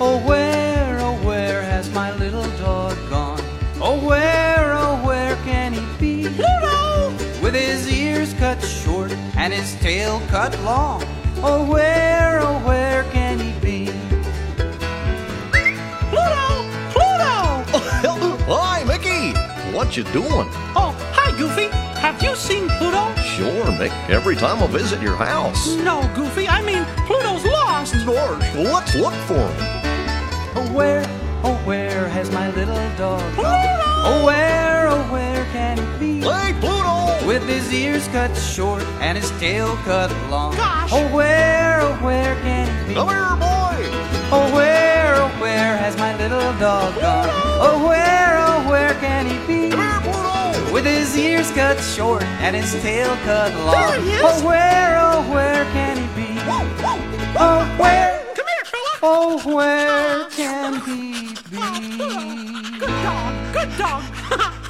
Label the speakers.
Speaker 1: Oh, where, oh, where has my little dog gone? Oh, where, oh, where can he be? Pluto! With his ears cut short and his tail cut long. Oh, where, oh, where can he be?
Speaker 2: Pluto! Pluto!
Speaker 3: Hi, Mickey. What you doing?
Speaker 2: Oh, hi, Goofy. Have you seen Pluto?
Speaker 3: Sure, Mick. Every time I visit your house.
Speaker 2: No, Goofy. I mean, Pluto's lost.
Speaker 3: George, let's look for him.
Speaker 1: Oh, where, oh, where has my little dog gone?
Speaker 2: Pluto!
Speaker 1: Oh, where, oh, where can he be?
Speaker 3: Hey, Pluto!
Speaker 1: With his ears cut short and his tail cut long.
Speaker 2: Gosh.
Speaker 1: Oh, where, oh, where can he be?
Speaker 3: Come here, boy.
Speaker 1: Oh, where, oh, where has my little dog gone? Oh, where, oh, where can he be?
Speaker 3: Come here, Pluto.
Speaker 1: With his ears cut short and his tail cut long.
Speaker 2: There he is.
Speaker 1: Oh, where, oh, where can he be? Oh, where,
Speaker 2: Come here, fella.
Speaker 1: oh, where can he be?
Speaker 2: Good dog. Good dog.